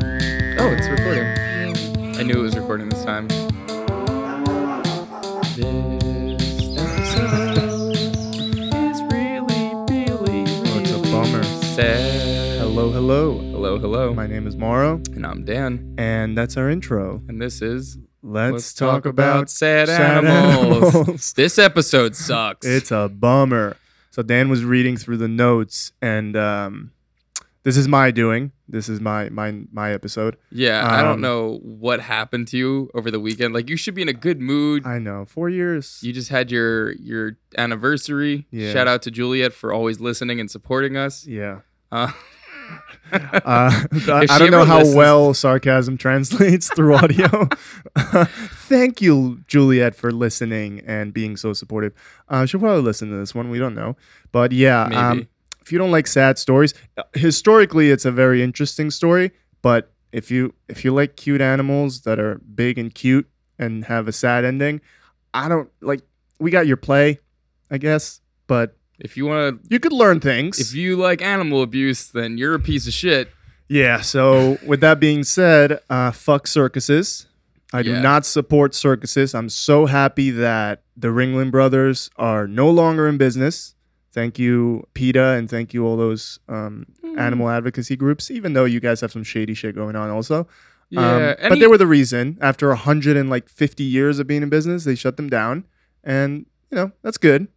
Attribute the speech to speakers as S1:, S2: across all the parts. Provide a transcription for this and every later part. S1: Oh, it's recording. I knew it was recording this time. This episode is really, really,
S2: Oh, it's a
S1: really
S2: bummer.
S1: sad.
S2: Hello, hello.
S1: hello, hello.
S2: My name is Mauro,
S1: and I'm Dan,
S2: and that's our intro.
S1: and this is
S2: Let's, talk, about
S1: sad,
S2: sad
S1: animals.
S2: animals.
S1: This episode sucks.
S2: it's a bummer. So Dan was reading through the notes, and um, this is my doing. This is my my my episode.
S1: yeah. I don't
S2: um,
S1: know what happened to you over the weekend. Like you should be in a good mood.
S2: I know. Four years.
S1: you just had your your anniversary.
S2: Yeah.
S1: Shout out to Juliet for always listening and supporting us.
S2: yeah.
S1: Uh,
S2: Uh, I,
S1: If
S2: I
S1: she
S2: don't know
S1: ever
S2: how
S1: listens-
S2: well sarcasm translates through audio. Thank you, Juliet, for listening and being so supportive. Uh, she'll probably listen to this one. We don't know, but yeah,
S1: maybe.
S2: um, if you don't like sad stories, uh, historically it's a very interesting story. But if you if you like cute animals that are big and cute and have a sad ending, I don't like. We got your play, I guess, but
S1: if you want to,
S2: you could learn things.
S1: if you like animal abuse, then you're a piece of shit.
S2: Yeah. So with that being said, uh, fuck circuses. I do
S1: Yeah.
S2: not support circuses. I'm so happy that the Ringling Brothers are no longer in business. Thank you, PETA, and thank you all those um,
S1: Mm-hmm.
S2: animal advocacy groups. Even though you guys have some shady shit going on, also.
S1: Yeah,
S2: Um, but
S1: any-
S2: they were the reason. After 150 years of being in business, they shut them down, and you know that's good.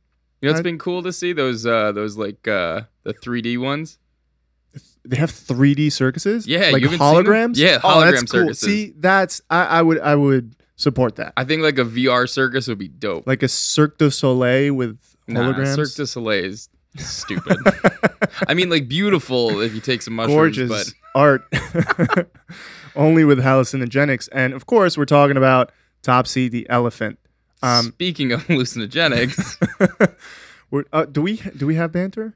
S1: You know, it's
S2: I-
S1: been cool to see those uh those like uh the 3D ones.
S2: They have 3D circuses.
S1: Yeah,
S2: like
S1: you haven't seen them?
S2: holograms.
S1: Yeah,
S2: oh, that's
S1: hologram
S2: cool.
S1: circuses.
S2: See, that's I, I would I would support that.
S1: I think like a VR circus would be dope.
S2: Like a Cirque du Soleil with
S1: Nah,
S2: holograms.
S1: Cirque du Soleil is stupid. I mean, like beautiful if you take some mushrooms,
S2: Gorgeous
S1: but
S2: art, only with hallucinogenics, and of course we're talking about Topsy the elephant. Um,
S1: speaking of hallucinogenics,
S2: we're, uh, do we do we have banter?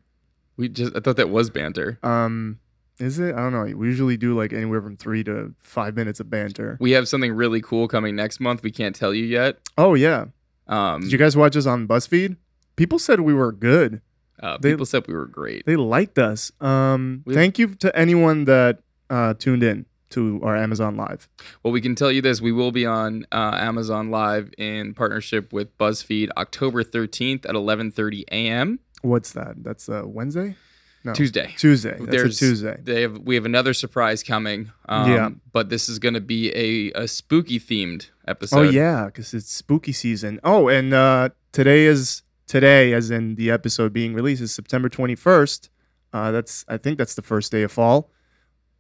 S1: we just I thought that was banter.
S2: Um, is it? I don't know. We usually do like anywhere from three to five minutes of banter.
S1: We have something really cool coming next month. We can't tell you yet.
S2: Oh yeah,
S1: Um,
S2: did you guys watch us on BuzzFeed? People said we were good.
S1: uh,
S2: they-
S1: people said we were great.
S2: they liked us. Um,
S1: We-
S2: thank you to anyone that uh, tuned in to our Amazon Live.
S1: Well, we can tell you this: we will be on uh, Amazon Live in partnership with BuzzFeed, October thirteenth at eleven thirty a.m.
S2: What's that? That's uh, Wednesday, No.
S1: Tuesday.
S2: Tuesday. That's
S1: There's-
S2: a Tuesday.
S1: They have we have another surprise coming. Um,
S2: Yeah.
S1: but this is going to be a, a spooky themed episode.
S2: Oh yeah, because it's spooky season. Oh, and uh, today is today, as in the episode being released is September twenty first. Uh, that's I think that's the first day of fall,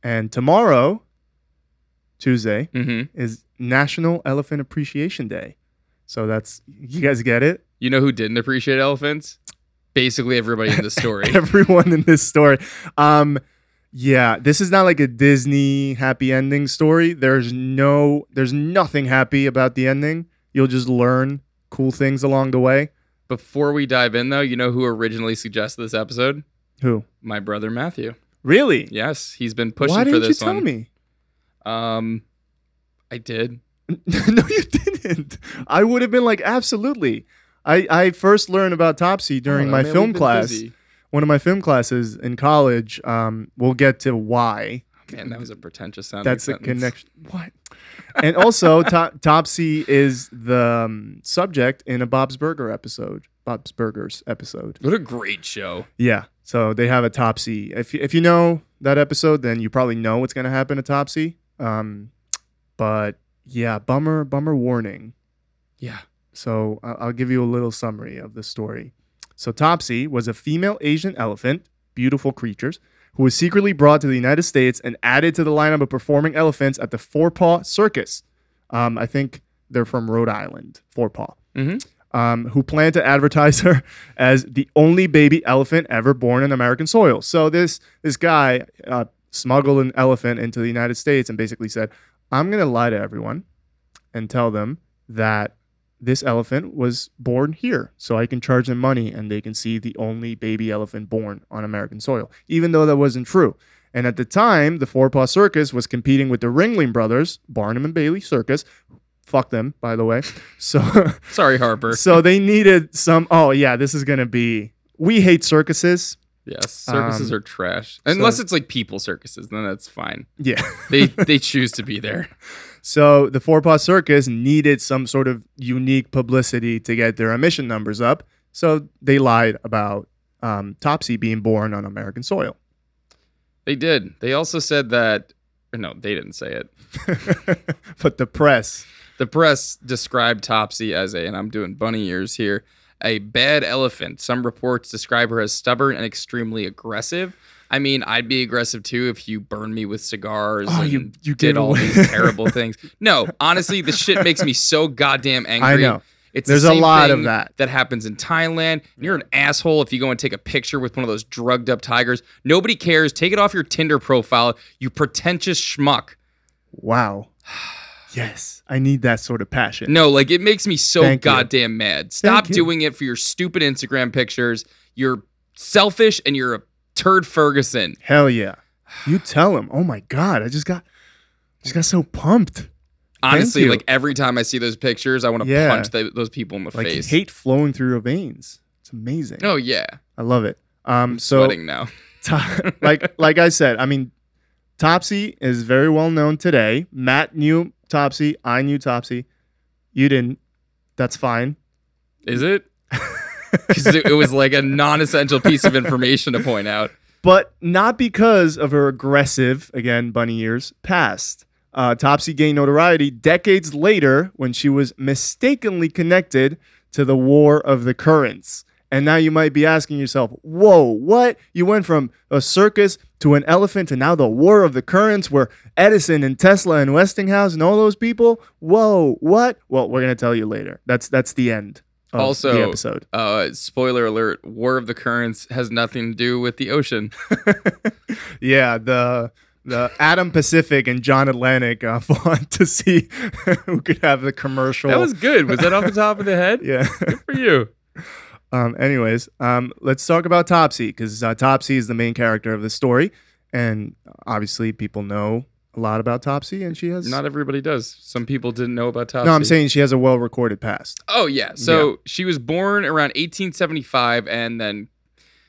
S2: and tomorrow, Tuesday,
S1: hmm
S2: is National Elephant Appreciation Day. So that's you guys get it.
S1: You know who didn't appreciate elephants? Basically, everybody in the story.
S2: everyone in this story. Um, yeah, this is not like a Disney happy ending story. There's no, there's nothing happy about the ending. You'll just learn cool things along the way.
S1: Before we dive in, though, you know who originally suggested this episode?
S2: Who?
S1: My brother Matthew.
S2: Really?
S1: Yes, he's been pushing
S2: Why
S1: for
S2: didn't you
S1: this
S2: tell
S1: one.
S2: me?
S1: Um, I did.
S2: no, you didn't. I would have been like, absolutely. I, I first learned about Topsy during
S1: Oh,
S2: my
S1: man,
S2: film
S1: we've been
S2: class.
S1: busy.
S2: One of my film classes in college. Um, we'll get to why
S1: Oh, Man, that was a pretentious sound.
S2: That's a connection. What? And also, to- Topsy is the um, subject in a Bob's Burger episode. Bob's Burgers episode.
S1: What a great show.
S2: Yeah. So they have a Topsy. If you, if you know that episode, then you probably know what's gonna happen to Topsy. Um, but yeah, bummer, bummer warning.
S1: Yeah.
S2: So I- I'll give you a little summary of the story. So Topsy was a female Asian elephant, beautiful creatures, who was secretly brought to the United States and added to the lineup of performing elephants at the Four Paw Circus. Um, I think they're from Rhode Island, Four Paw.
S1: Mhm.
S2: Um, who planned to advertise her as the only baby elephant ever born on American soil? So this this guy uh, smuggled an elephant into the United States and basically said, "I'm gonna lie to everyone and tell them that this elephant was born here, so I can charge them money and they can see the only baby elephant born on American soil, even though that wasn't true. And at the time, the Four Paw Circus was competing with the Ringling Brothers, Barnum and Bailey Circus. Fuck them, by the way. So,
S1: Sorry, Harper.
S2: so they needed some. Oh yeah, this is gonna be. We hate circuses.
S1: Yes, circuses
S2: Um,
S1: are trash. Unless it's like people circuses, then that's fine.
S2: Yeah.
S1: They they choose to be there.
S2: So the Four Paw Circus needed some sort of unique publicity to get their emission numbers up. So they lied about um, Topsy being born on American soil.
S1: They did. They also said that or no, they didn't say it.
S2: but the press,
S1: The press described Topsy as a and I'm doing bunny ears here, a bad elephant. Some reports describe her as stubborn and extremely aggressive. I mean, I'd be aggressive too if you burned me with cigars
S2: Oh,
S1: and
S2: you- you
S1: did
S2: gave
S1: all
S2: away-
S1: these terrible things. No, honestly, the shit makes me so goddamn angry.
S2: I know.
S1: It's the
S2: There's a
S1: same
S2: lot
S1: thing
S2: of that.
S1: that happens in Thailand. You're an asshole if you go and take a picture with one of those drugged up tigers. Nobody cares. Take it off your Tinder profile, you pretentious schmuck.
S2: Wow. Yes, I need that sort of passion.
S1: No, like it makes me so
S2: Thank you.
S1: goddamn mad. Stop
S2: Thank you.
S1: doing it for your stupid Instagram pictures. You're selfish and you're a turd Ferguson.
S2: Hell yeah. You tell him. Oh my god, I just got just got so pumped.
S1: Honestly,
S2: you.
S1: like every time I see those pictures, I want to
S2: Yeah.
S1: punch th those people in the
S2: Like
S1: face.
S2: hate flowing through your veins. It's amazing.
S1: oh yeah,
S2: I love it. Um so
S1: sweating now.
S2: To- like like I said, I mean, Topsy is very well known today. Matt knew Topsy. I knew Topsy. You didn't. That's fine.
S1: Is it? Because it, it was like a non-essential piece of information to point out.
S2: But not because of her aggressive, again, bunny ears, past. Uh, Topsy gained notoriety decades later when she was mistakenly connected to the War of the Currents. And now you might be asking yourself, whoa, what? You went from a circus to an elephant to now the War of the Currents where Edison and Tesla and Westinghouse and all those people? Whoa, what? Well, we're going to tell you later. That's that's the end of
S1: Also,
S2: the episode.
S1: Uh, spoiler alert: War of the Currents has nothing to do with the ocean.
S2: Yeah, the the Adam Pacific and John Atlantic uh, fought to see who could have the commercial.
S1: That was good. Was that off the top of the head?
S2: yeah.
S1: Good for you.
S2: Um, anyways, um, let's talk about Topsy because uh, Topsy is the main character of the story, and uh, obviously people know a lot about Topsy, and she has.
S1: Not everybody does. Some people didn't know about Topsy.
S2: no, I'm saying she has a well-recorded past.
S1: Oh yeah. So she was born around 1875 and then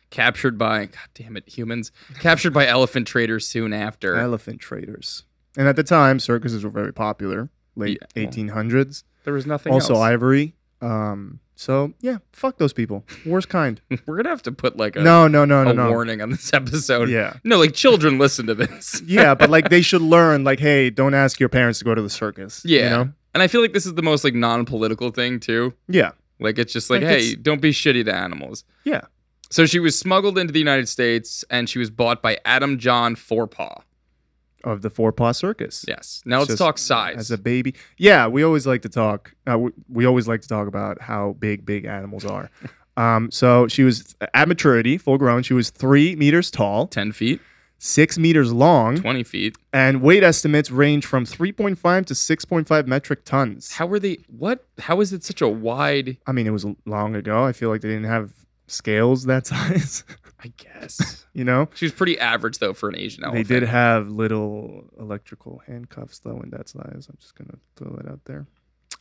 S1: captured by God damn it, humans. Captured by elephant traders soon after.
S2: Elephant traders, and at the time, circuses were very popular. Late
S1: Yeah.
S2: 1800s.
S1: there was nothing
S2: Also
S1: else.
S2: ivory. Um, so yeah, fuck those people. Worst kind.
S1: We're gonna have to put like a,
S2: no, no, no, no,
S1: a
S2: no.
S1: warning on this episode.
S2: Yeah.
S1: No, like children listen to this.
S2: yeah, but like they should learn, like, hey, don't ask your parents to go to the circus.
S1: Yeah.
S2: You know?
S1: And I feel like this is the most like non-political thing too.
S2: Yeah.
S1: Like it's just like,
S2: Like,
S1: hey,
S2: it's-
S1: don't be shitty to animals.
S2: Yeah.
S1: So she was smuggled into the United States and she was bought by Adam John Forepaw.
S2: Of the four paw circus.
S1: Yes. Now
S2: It's
S1: let's
S2: just
S1: talk size.
S2: As a baby. Yeah, we always like to talk. Uh, we, we always like to talk about how big, big animals are. Um, so she was at maturity, full grown. She was three meters tall,
S1: 10 feet,
S2: six meters long,
S1: 20 feet.
S2: and weight estimates range from 3.5 to 6.5 metric tons.
S1: How were they? What? How is it such a wide?
S2: I mean, it was long ago. I feel like they didn't have scales that size,
S1: I guess
S2: you know?
S1: she was pretty average though for an Asian elephant.
S2: They did have little electrical handcuffs though in that size. I'm just gonna throw that out there.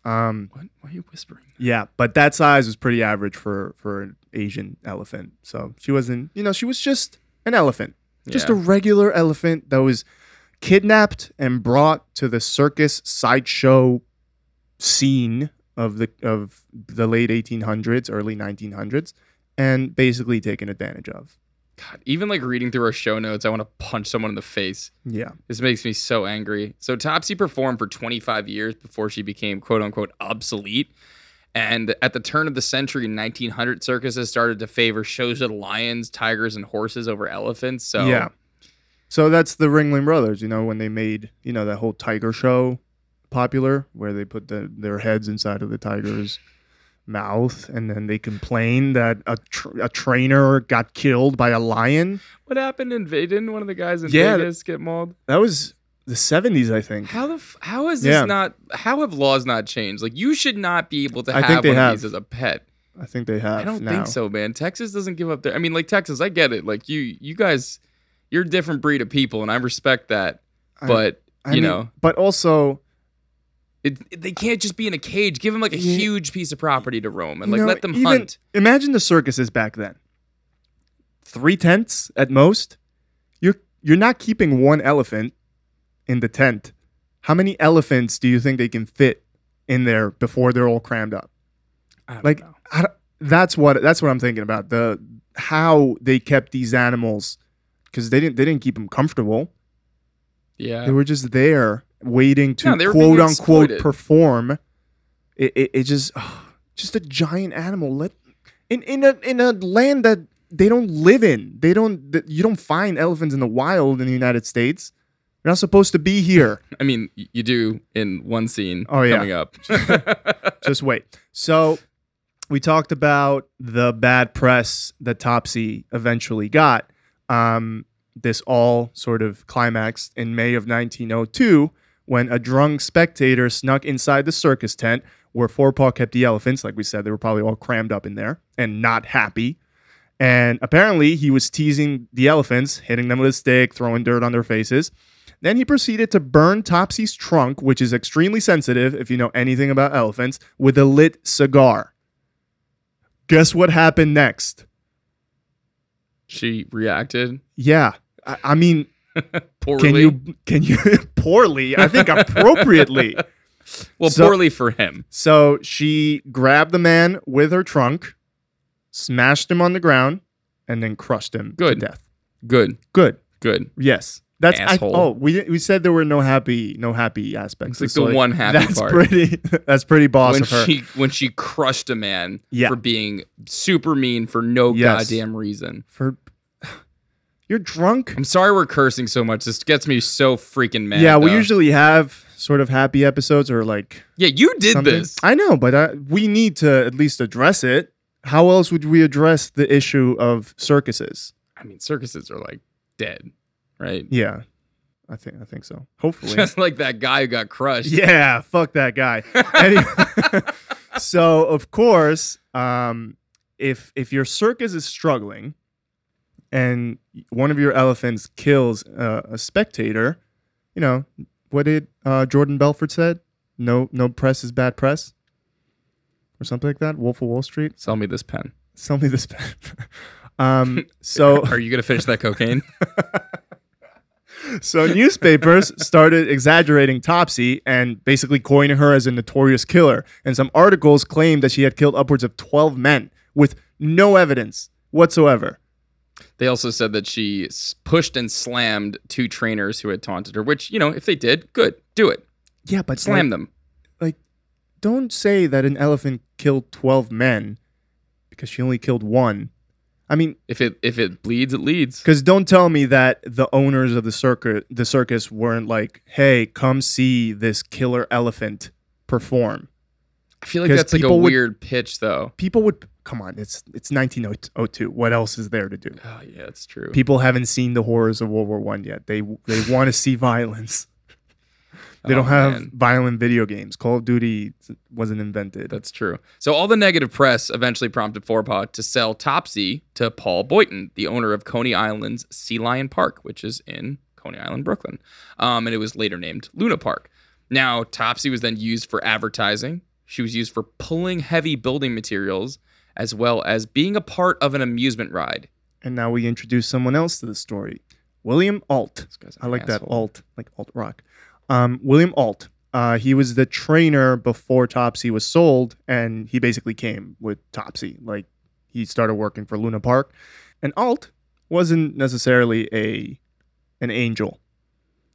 S2: Um,
S1: What? Why are you whispering?
S2: yeah, but that size was pretty average for for an Asian elephant. So she wasn't, you know, she was just an elephant, just
S1: Yeah.
S2: a regular elephant that was kidnapped and brought to the circus sideshow scene of the of the late 1800s, early 1900s, and basically taken advantage of.
S1: God, even like reading through our show notes, I want to punch someone in the face.
S2: Yeah.
S1: This makes me so angry. So Topsy performed for 25 years before she became quote unquote obsolete. And at the turn of the century, 1900 circuses started to favor shows of lions, tigers, and horses over elephants. So
S2: Yeah. So that's the Ringling Brothers, you know, when they made, you know, that whole tiger show popular where they put the, their heads inside of the tiger's mouth and then they complained that a, tr- a trainer got killed by a lion.
S1: what happened in Ve- Didn't one of the guys in
S2: Yeah,
S1: Vegas get mauled?
S2: That was the 70s, I think.
S1: How the f- how is this
S2: Yeah.
S1: not how have laws not changed? Like you should not be able to
S2: I
S1: have
S2: think they
S1: one
S2: have.
S1: of these as a pet.
S2: I think they have.
S1: I don't
S2: now.
S1: think so, man. Texas doesn't give up their I mean like Texas, I get it. Like you you guys you're a different breed of people and I respect that.
S2: I-
S1: But
S2: I
S1: you
S2: mean,
S1: know,
S2: But also,
S1: it, it- they can't just be in a cage. Give them like a
S2: Yeah.
S1: huge piece of property to roam and
S2: you
S1: like
S2: know,
S1: let them
S2: even-
S1: hunt.
S2: Imagine the circuses back then. three tents at most. You're you're not keeping one elephant in the tent. How many elephants do you think they can fit in there before they're all crammed up?
S1: I don't
S2: like
S1: know.
S2: I don't- that's what that's what I'm thinking about the how they kept these animals because they didn't they didn't keep them comfortable. They
S1: yeah,
S2: were just there waiting to
S1: No, they were being
S2: quote unquote
S1: exploited.
S2: perform. It, it, it just ugh, just a giant animal. Let in in a in a land that they don't live in. They don't that you don't find elephants in the wild in the United States. They're not supposed to be here.
S1: I mean, y- you do in one scene.
S2: Oh, yeah.
S1: coming up.
S2: just wait. So we talked about the bad press that Topsy eventually got. Um, this all sort of climaxed in May of 1902 when a drunk spectator snuck inside the circus tent where Forepaw kept the elephants. Like we said, they were probably all crammed up in there and not happy. And apparently, he was teasing the elephants, hitting them with a stick, throwing dirt on their faces. Then he proceeded to burn Topsy's trunk, which is extremely sensitive if you know anything about elephants, with a lit cigar. Guess what happened next?
S1: she reacted
S2: Yeah, I, I mean,
S1: poorly.
S2: can you can you poorly? I think appropriately.
S1: well,
S2: so-
S1: poorly for him.
S2: So she grabbed the man with her trunk, smashed him on the ground, and then crushed him
S1: Good.
S2: to death.
S1: Good,
S2: Good.
S1: good.
S2: Yes. That's I,
S1: Asshole.
S2: oh we we said there were no happy no happy
S1: It's
S2: aspects.
S1: like
S2: So,
S1: the one happy
S2: that's
S1: part.
S2: pretty that's pretty boss
S1: when
S2: of her.
S1: she when she crushed a man
S2: Yeah.
S1: for being super mean for no
S2: Yes.
S1: goddamn reason.
S2: for you're drunk.
S1: I'm sorry we're cursing so much. This gets me so freaking mad.
S2: yeah, we
S1: though.
S2: usually have sort of happy episodes or like
S1: Yeah, you did
S2: something.
S1: this.
S2: I know, but I, we need to at least address it. How else would we address the issue of circuses?
S1: I mean, circuses are like dead, right?
S2: Yeah, I think I think so. Hopefully,
S1: Just like that guy who got crushed.
S2: yeah. Fuck that guy. Any- so of course, um, if if your circus is struggling, and one of your elephants kills uh, a spectator, you know what did uh, Jordan Belfort said? No, no press is bad press, or something like that. Wolf of Wall Street.
S1: Sell me this pen.
S2: Sell me this pen. um, so
S1: Are you gonna finish that cocaine?
S2: so newspapers started exaggerating Topsy and basically coining her as a notorious killer. And some articles claimed that she had killed upwards of 12 men with no evidence whatsoever.
S1: they also said that she s- pushed and slammed two trainers who had taunted her. Which you know, if they did, good, do it.
S2: Yeah, but
S1: Slam
S2: like,
S1: them.
S2: don't say that an elephant killed 12 men because she only killed one. I mean,
S1: If it if it bleeds, it leads.
S2: Because don't tell me that the owners of the circus, the circus, weren't like, "Hey, come see this killer elephant perform."
S1: I feel like
S2: 'Cause
S1: that's like a
S2: people would-
S1: weird pitch, though.
S2: People would come on. It's it's 1902. What else is there to do?
S1: Oh yeah, it's true.
S2: People haven't seen the horrors of World War One yet. They they want to see violence. They
S1: Oh,
S2: don't have
S1: man.
S2: violent video games. Call of Duty wasn't invented.
S1: That's true. So all the negative press eventually prompted Forepaw to sell Topsy to Paul Boyton, the owner of Coney Island's Sea Lion Park, which is in Coney Island, Brooklyn, um, and it was later named Luna Park. Now Topsy was then used for advertising. She was used for pulling heavy building materials, as well as being a part of an amusement ride.
S2: and now we introduce someone else to the story. William Alt.
S1: This guy's an
S2: I like that
S1: asshole.
S2: alt, like alt rock. Um, William Alt. Uh, he was the trainer before Topsy was sold, and he basically came with Topsy. Like he started working for Luna Park, and Alt wasn't necessarily a an angel.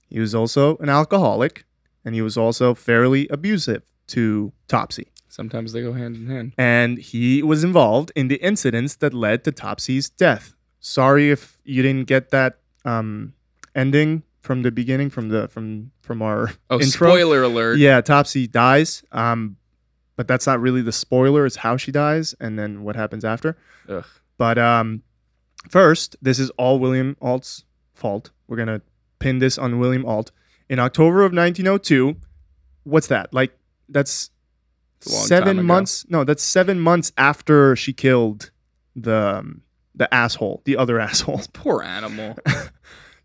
S2: He was also an alcoholic, and he was also fairly abusive to Topsy.
S1: Sometimes they go hand in hand.
S2: And he was involved in the incidents that led to Topsy's death. Sorry if you didn't get that um, ending from the beginning, from the from from our
S1: Oh,
S2: intro.
S1: spoiler alert!
S2: Yeah, Topsy dies. Um, but that's not really the spoiler. It's how she dies and then what happens after.
S1: Ugh.
S2: But um, first, this is all William Alt's fault. We're gonna pin this on William Alt. In October of 1902, what's that? Like that's
S1: It's a long time
S2: seven
S1: ago.
S2: months. No, that's seven months after she killed the um, the asshole, the other asshole.
S1: Poor animal.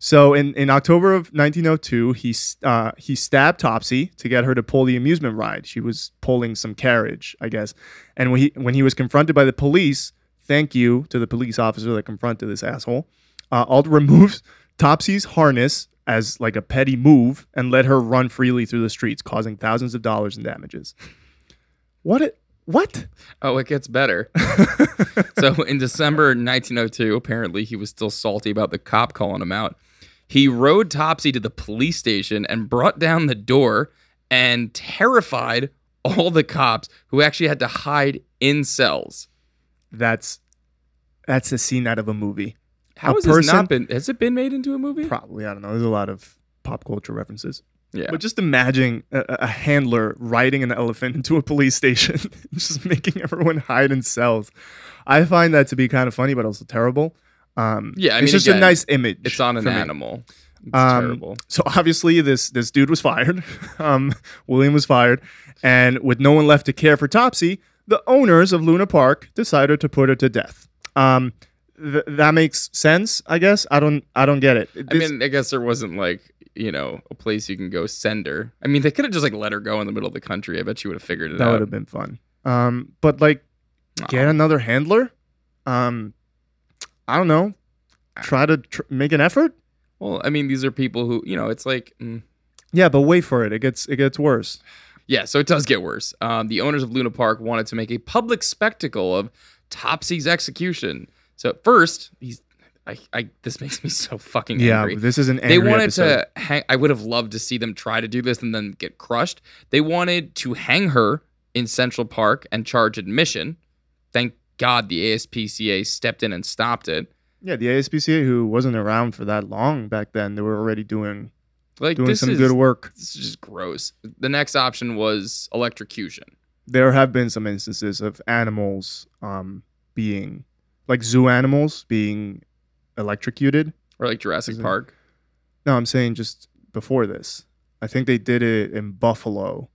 S2: So in, in October of 1902, he s- uh, he stabbed Topsy to get her to pull the amusement ride. She was pulling some carriage, I guess. And when he when he was confronted by the police, thank you to the police officer that confronted this asshole. Uh, Alt removes Topsy's harness as like a petty move and let her run freely through the streets, causing thousands of dollars in damages. What? A, what?
S1: Oh, it gets better. so in December 1902, apparently he was still salty about the cop calling him out. He rode Topsy to the police station and brought down the door and terrified all the cops who actually had to hide in cells.
S2: That's that's a scene out of a movie.
S1: How
S2: A
S1: has this
S2: person-
S1: not been? Has it been made into a movie?
S2: Probably. I don't know. There's a lot of pop culture references.
S1: yeah.
S2: But just imagine a, a handler riding an elephant into a police station, just making everyone hide in cells. I find that to be kind of funny, but also terrible. Um,
S1: Yeah, I
S2: it's
S1: mean,
S2: just a
S1: again,
S2: nice image.
S1: It's on an
S2: for me.
S1: animal. It's
S2: Um,
S1: terrible.
S2: So obviously, this this dude was fired. um, William was fired, and with no one left to care for Topsy, the owners of Luna Park decided to put her to death. Um, th- that makes sense, I guess. I don't I don't get it.
S1: I
S2: This-
S1: mean, I guess there wasn't like, you know, a place you can go send her. I mean, they could have just like let her go in the middle of the country. I bet she would have figured it
S2: that would
S1: out.
S2: have been fun. Um, but like, get another handler. Um, I don't know. Try to tr- make an effort.
S1: Well, I mean, these are people who, you know, it's like, mm.
S2: Yeah, but wait for it. It gets it gets worse.
S1: yeah, so it does get worse. Um, the owners of Luna Park wanted to make a public spectacle of Topsy's execution. So at first, he's, I, I, this makes me so fucking angry.
S2: Yeah, this is an angry
S1: they wanted
S2: episode.
S1: to hang i would have loved to see them try to do this and then get crushed they wanted to hang her in central park and charge admission thank god the aspca stepped in and stopped it
S2: Yeah, the ASPCA who wasn't around for that long back then, they were already doing
S1: like
S2: doing
S1: this
S2: some
S1: is
S2: good work.
S1: this is just gross the next option was electrocution
S2: There have been some instances of animals um, being like zoo animals being electrocuted.
S1: or like jurassic
S2: Is it-
S1: park
S2: No, I'm saying just before this. I think they did it in Buffalo.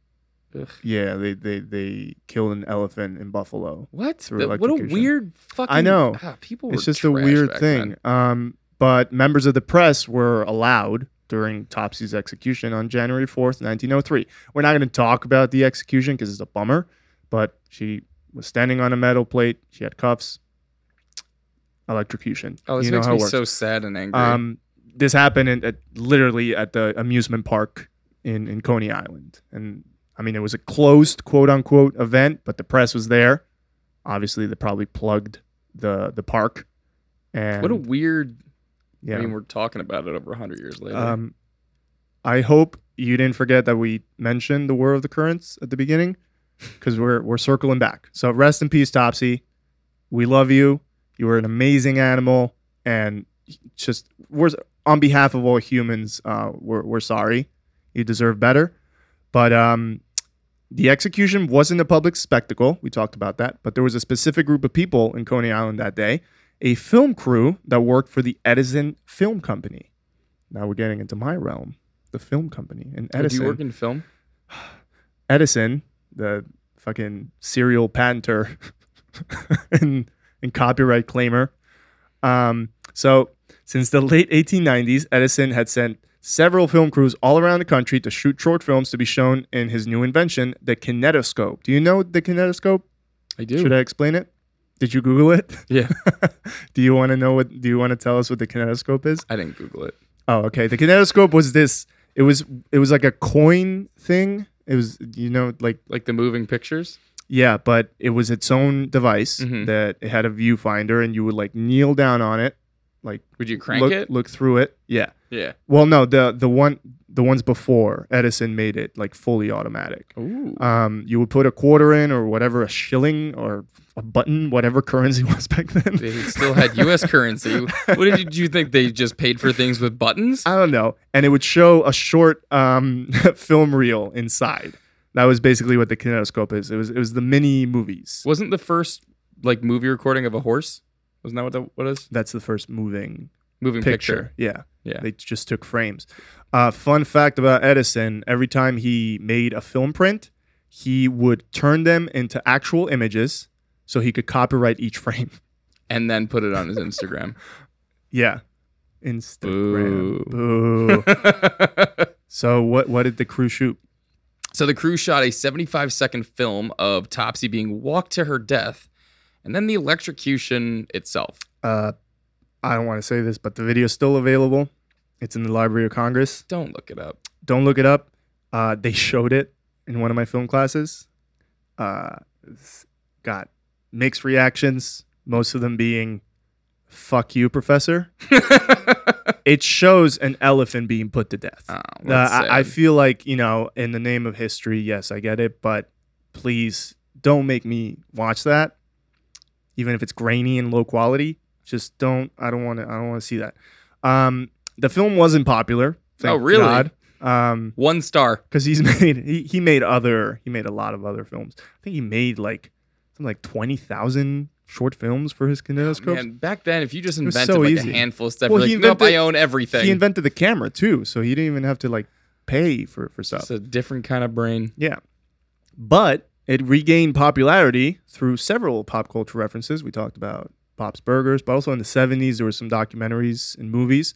S1: Ugh.
S2: Yeah, they they they killed an elephant in Buffalo.
S1: what
S2: Through
S1: The- what a
S2: electrocution.
S1: weird fucking
S2: know.
S1: ah, people
S2: It's
S1: were
S2: just a
S1: trash
S2: weird
S1: back
S2: thing.
S1: then.
S2: Um, but members of the press were allowed during Topsy's execution on January 4th, 1903. We're not going to talk about the execution because it's a bummer, but she was standing on a metal plate. She had cuffs. Electrocution.
S1: oh this
S2: you know
S1: makes
S2: how
S1: me
S2: it works.
S1: so sad and angry
S2: Um, this happened in, at, literally at the amusement park in, in Coney Island. And I mean, it was a closed, quote unquote, event, but the press was there. Obviously, they probably plugged the the park. And
S1: what a weird
S2: yeah.
S1: i mean we're talking about it over 100 years later
S2: um, I hope you didn't forget that we mentioned the War of the Currents at the beginning because we're, we're circling back. So rest in peace, Topsy. We love you. You were an amazing animal. And just we're, on behalf of all humans, uh, we're, we're sorry. You deserve better. But um, the execution wasn't a public spectacle. We talked about that. But there was a specific group of people in Coney Island that day, a film crew that worked for the Edison Film Company. Now we're getting into my realm, the film company. And
S1: Oh, do
S2: Edison,
S1: you work in film
S2: Edison, the fucking serial patenter and, and copyright claimer. Um, so, since the late 1890s, Edison had sent several film crews all around the country to shoot short films to be shown in his new invention, the kinetoscope. Do you know the kinetoscope?
S1: i do
S2: Should I explain it? Did you Google it?
S1: yeah
S2: do you want to know what? Do you want to tell us what the kinetoscope is?
S1: i didn't google it
S2: Oh, okay. The kinetoscope was this. It was it was like a coin thing. It was you know like
S1: like the moving pictures
S2: Yeah, but it was its own device
S1: Mhm.
S2: that it had a viewfinder, and you would like kneel down on it, like
S1: would you crank
S2: look
S1: it
S2: look through it. Yeah.
S1: yeah
S2: Well, no, the the one the ones before Edison made it like fully automatic.
S1: Ooh.
S2: Um, you would put a quarter in or whatever, a shilling or a button, whatever currency was back then.
S1: they still had us currency what did you, do you think they just paid for things with buttons
S2: I don't know. And it would show a short um, film reel inside. That was basically what the kinetoscope is. It was it was the mini movies.
S1: wasn't the first like movie recording of a horse wasn't that what that what is
S2: That's the first moving
S1: moving picture,
S2: picture. Yeah.
S1: Yeah.
S2: They just took frames. Uh, fun fact about Edison every time he made a film print, he would turn them into actual images so he could copyright each frame.
S1: and then put it on his instagram
S2: yeah. Instagram.
S1: Boo.
S2: Boo. so what what did the crew shoot?
S1: so the crew shot a 75 second film of topsy being walked to her death and then the electrocution itself.
S2: Uh, I don't want to say this, but the video is still available. It's in the Library of Congress.
S1: Don't look it up.
S2: Don't look it up. Uh, they showed it in one of my film classes. Uh, it's got mixed reactions, most of them being "fuck you, professor." It shows an elephant being put to death.
S1: Oh,
S2: Uh,
S1: that's
S2: I, I
S1: sad.
S2: feel like you know, in the name of history, yes, I get it, but please don't make me watch that, even if it's grainy and low quality. Just don't. I don't want to. I don't want to see that. Um, the film wasn't popular. Thank
S1: Oh, really?
S2: God. Um,
S1: One star.
S2: because he's made he, he made other he made a lot of other films. I think he made like something like twenty thousand short films for his kinetoscopes.
S1: Oh, Man, back then, if you just
S2: It was
S1: invented
S2: so
S1: like
S2: easy.
S1: a handful of stuff,
S2: Well,
S1: you're
S2: he
S1: like, nope, I
S2: invented-
S1: own everything.
S2: he invented the camera too, so he didn't even have to like pay for for stuff.
S1: it's a different kind of brain.
S2: Yeah. But it regained popularity through several pop culture references. We talked about Pop's Burgers, but also in the 70s, there were some documentaries and movies.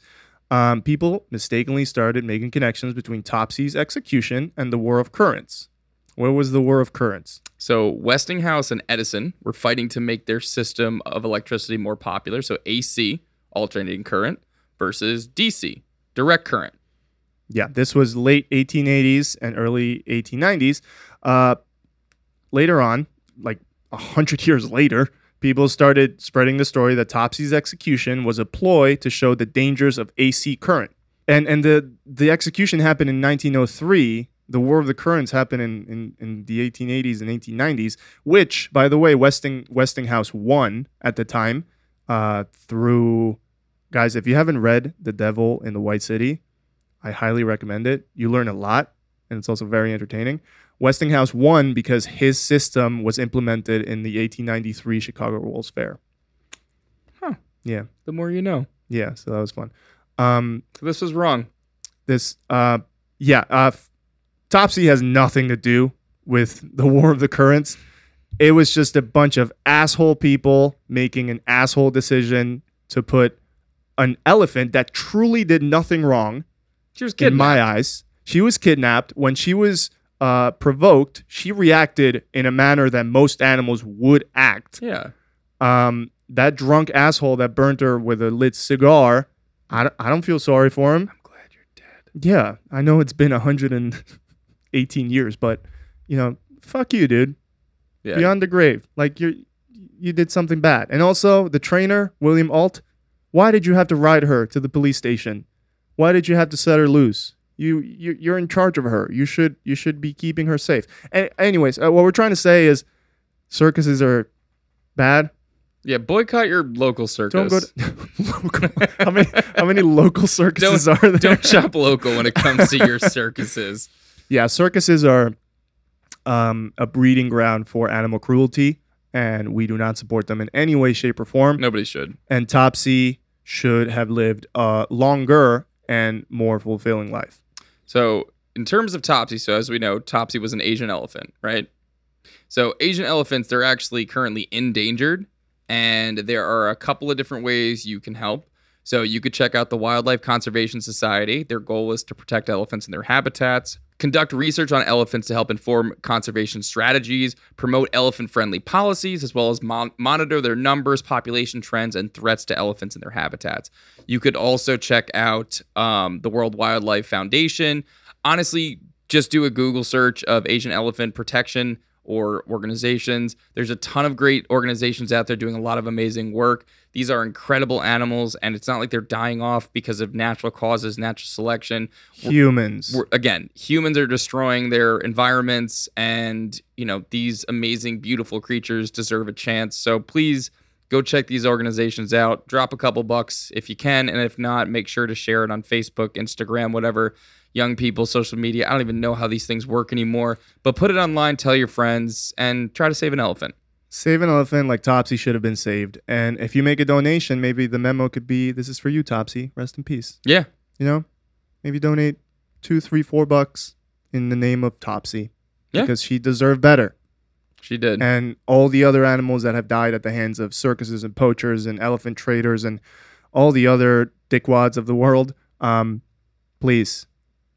S2: Um, people mistakenly started making connections between Topsy's execution and the War of Currents. Where was the War of Currents?
S1: So Westinghouse and Edison were fighting to make their system of electricity more popular. So AC, alternating current, versus DC, direct current.
S2: Yeah, this was late 1880s and early 1890s. Uh, later on, like a hundred years later, people started spreading the story that Topsy's execution was a ploy to show the dangers of AC current. And and the the execution happened in 1903. The War of the Currents happened in, in, in the 1880s and 1890s, which, by the way, Westing, Westinghouse won at the time uh, through. Guys, if you haven't read The Devil in the White City, I highly recommend it. You learn a lot, and it's also very entertaining. Westinghouse won because his system was implemented in the 1893 Chicago World's Fair.
S1: The more you know.
S2: Yeah, so that was fun. Um,
S1: So this was wrong.
S2: this, uh, yeah, uh, f- Topsy has nothing to do with the War of the Currents. It was just a bunch of asshole people making an asshole decision to put an elephant that truly did nothing wrong
S1: She was
S2: in
S1: kidding.
S2: my eyes. She was kidnapped. When she was uh, provoked, she reacted in a manner that most animals would act.
S1: yeah.
S2: Um, that drunk asshole that burnt her with a lit cigar, I don't, I don't feel sorry for him.
S1: I'm glad you're dead.
S2: Yeah, I know it's been 118 years, but, you know, fuck you, dude.
S1: Yeah.
S2: Beyond the grave. Like, you you did something bad. And also, the trainer, William Alt, why did you have to ride her to the police station? Why did you have to set her loose? You, you you're in charge of her. You should you should be keeping her safe. A- anyways, uh, what we're trying to say is circuses are bad.
S1: Yeah. Boycott your local circus.
S2: Don't go to local. How many how many local circuses are there?
S1: Don't shop local when it comes to your circuses.
S2: Yeah, circuses are um, a breeding ground for animal cruelty, and we do not support them in any way, shape, or form.
S1: Nobody should.
S2: And Topsy should have lived a longer and more fulfilling life.
S1: So, in terms of Topsy, so as we know, Topsy was an Asian elephant, right? So, Asian elephants, they're actually currently endangered, and there are a couple of different ways you can help. So, you could check out the Wildlife Conservation Society. Their goal is to protect elephants and their habitats, conduct research on elephants to help inform conservation strategies, promote elephant friendly policies, as well as mon- monitor their numbers, population trends, and threats to elephants and their habitats. You could also check out um, the World Wildlife Foundation. Honestly, just do a Google search of Asian elephant protection or organizations. There's a ton of great organizations out there doing a lot of amazing work. These are incredible animals, and it's not like they're dying off because of natural causes, natural selection
S2: Humans.
S1: we're, again, humans are destroying their environments, and you know these amazing, beautiful creatures deserve a chance. So please go check these organizations out. Drop a couple bucks if you can, and if not, make sure to share it on Facebook, Instagram, whatever. Young people, social media. I don't even know how these things work anymore, but put it online, tell your friends, and try to save an elephant.
S2: Save an elephant like Topsy should have been saved. And if you make a donation, maybe the memo could be this is for you, Topsy. Rest in peace.
S1: Yeah,
S2: You know? Maybe donate two, three, four bucks in the name of Topsy.
S1: Yeah.
S2: Because she deserved better.
S1: she did.
S2: and all the other animals that have died at the hands of circuses and poachers and elephant traders and all the other dickwads of the world. Um, please,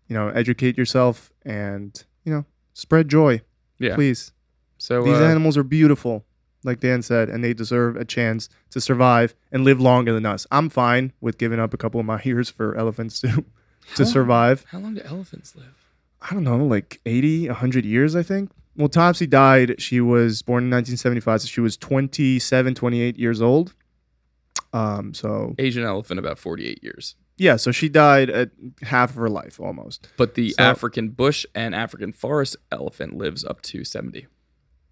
S2: you know, educate yourself and you know, spread joy.
S1: Yeah.
S2: Please,
S1: So
S2: these
S1: uh,
S2: animals are beautiful. like Dan said, and they deserve a chance to survive and live longer than us. I'm fine with giving up a couple of my years for elephants to to survive.
S1: How long do elephants live?
S2: I don't know, like 80, 100 years, I think. Well, Topsy died. She was born in 1975, so she was 27, 28 years old. Um, so
S1: Asian elephant about 48 years.
S2: yeah, so she died at half of her life almost.
S1: But the
S2: So-
S1: African bush and African forest elephant lives up to 70.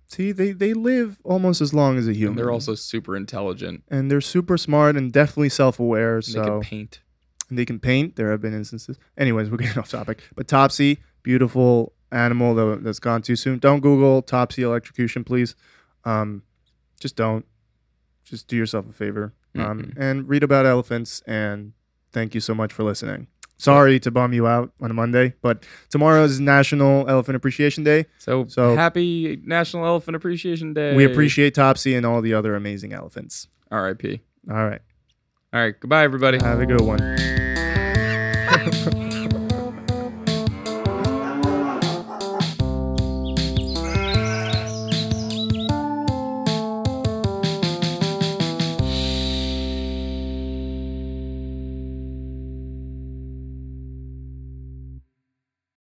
S2: See, they they live almost as long as a human.
S1: And they're also super intelligent.
S2: and they're super smart and definitely self-aware.
S1: And
S2: So
S1: they can paint.
S2: and they can paint. There have been instances. Anyways, we're getting off topic. But Topsy, beautiful animal that, that's gone too soon. Don't Google Topsy electrocution, please. Um, just don't. Just do yourself a favor um,
S1: Mhm.
S2: and read about elephants. And thank you so much for listening. Sorry to bum you out on a Monday, but tomorrow is National Elephant Appreciation Day.
S1: So,
S2: So-
S1: happy National Elephant Appreciation Day.
S2: We appreciate Topsy and all the other amazing elephants.
S1: RIP.
S2: All right.
S1: All right. Goodbye, everybody.
S2: Have a good one.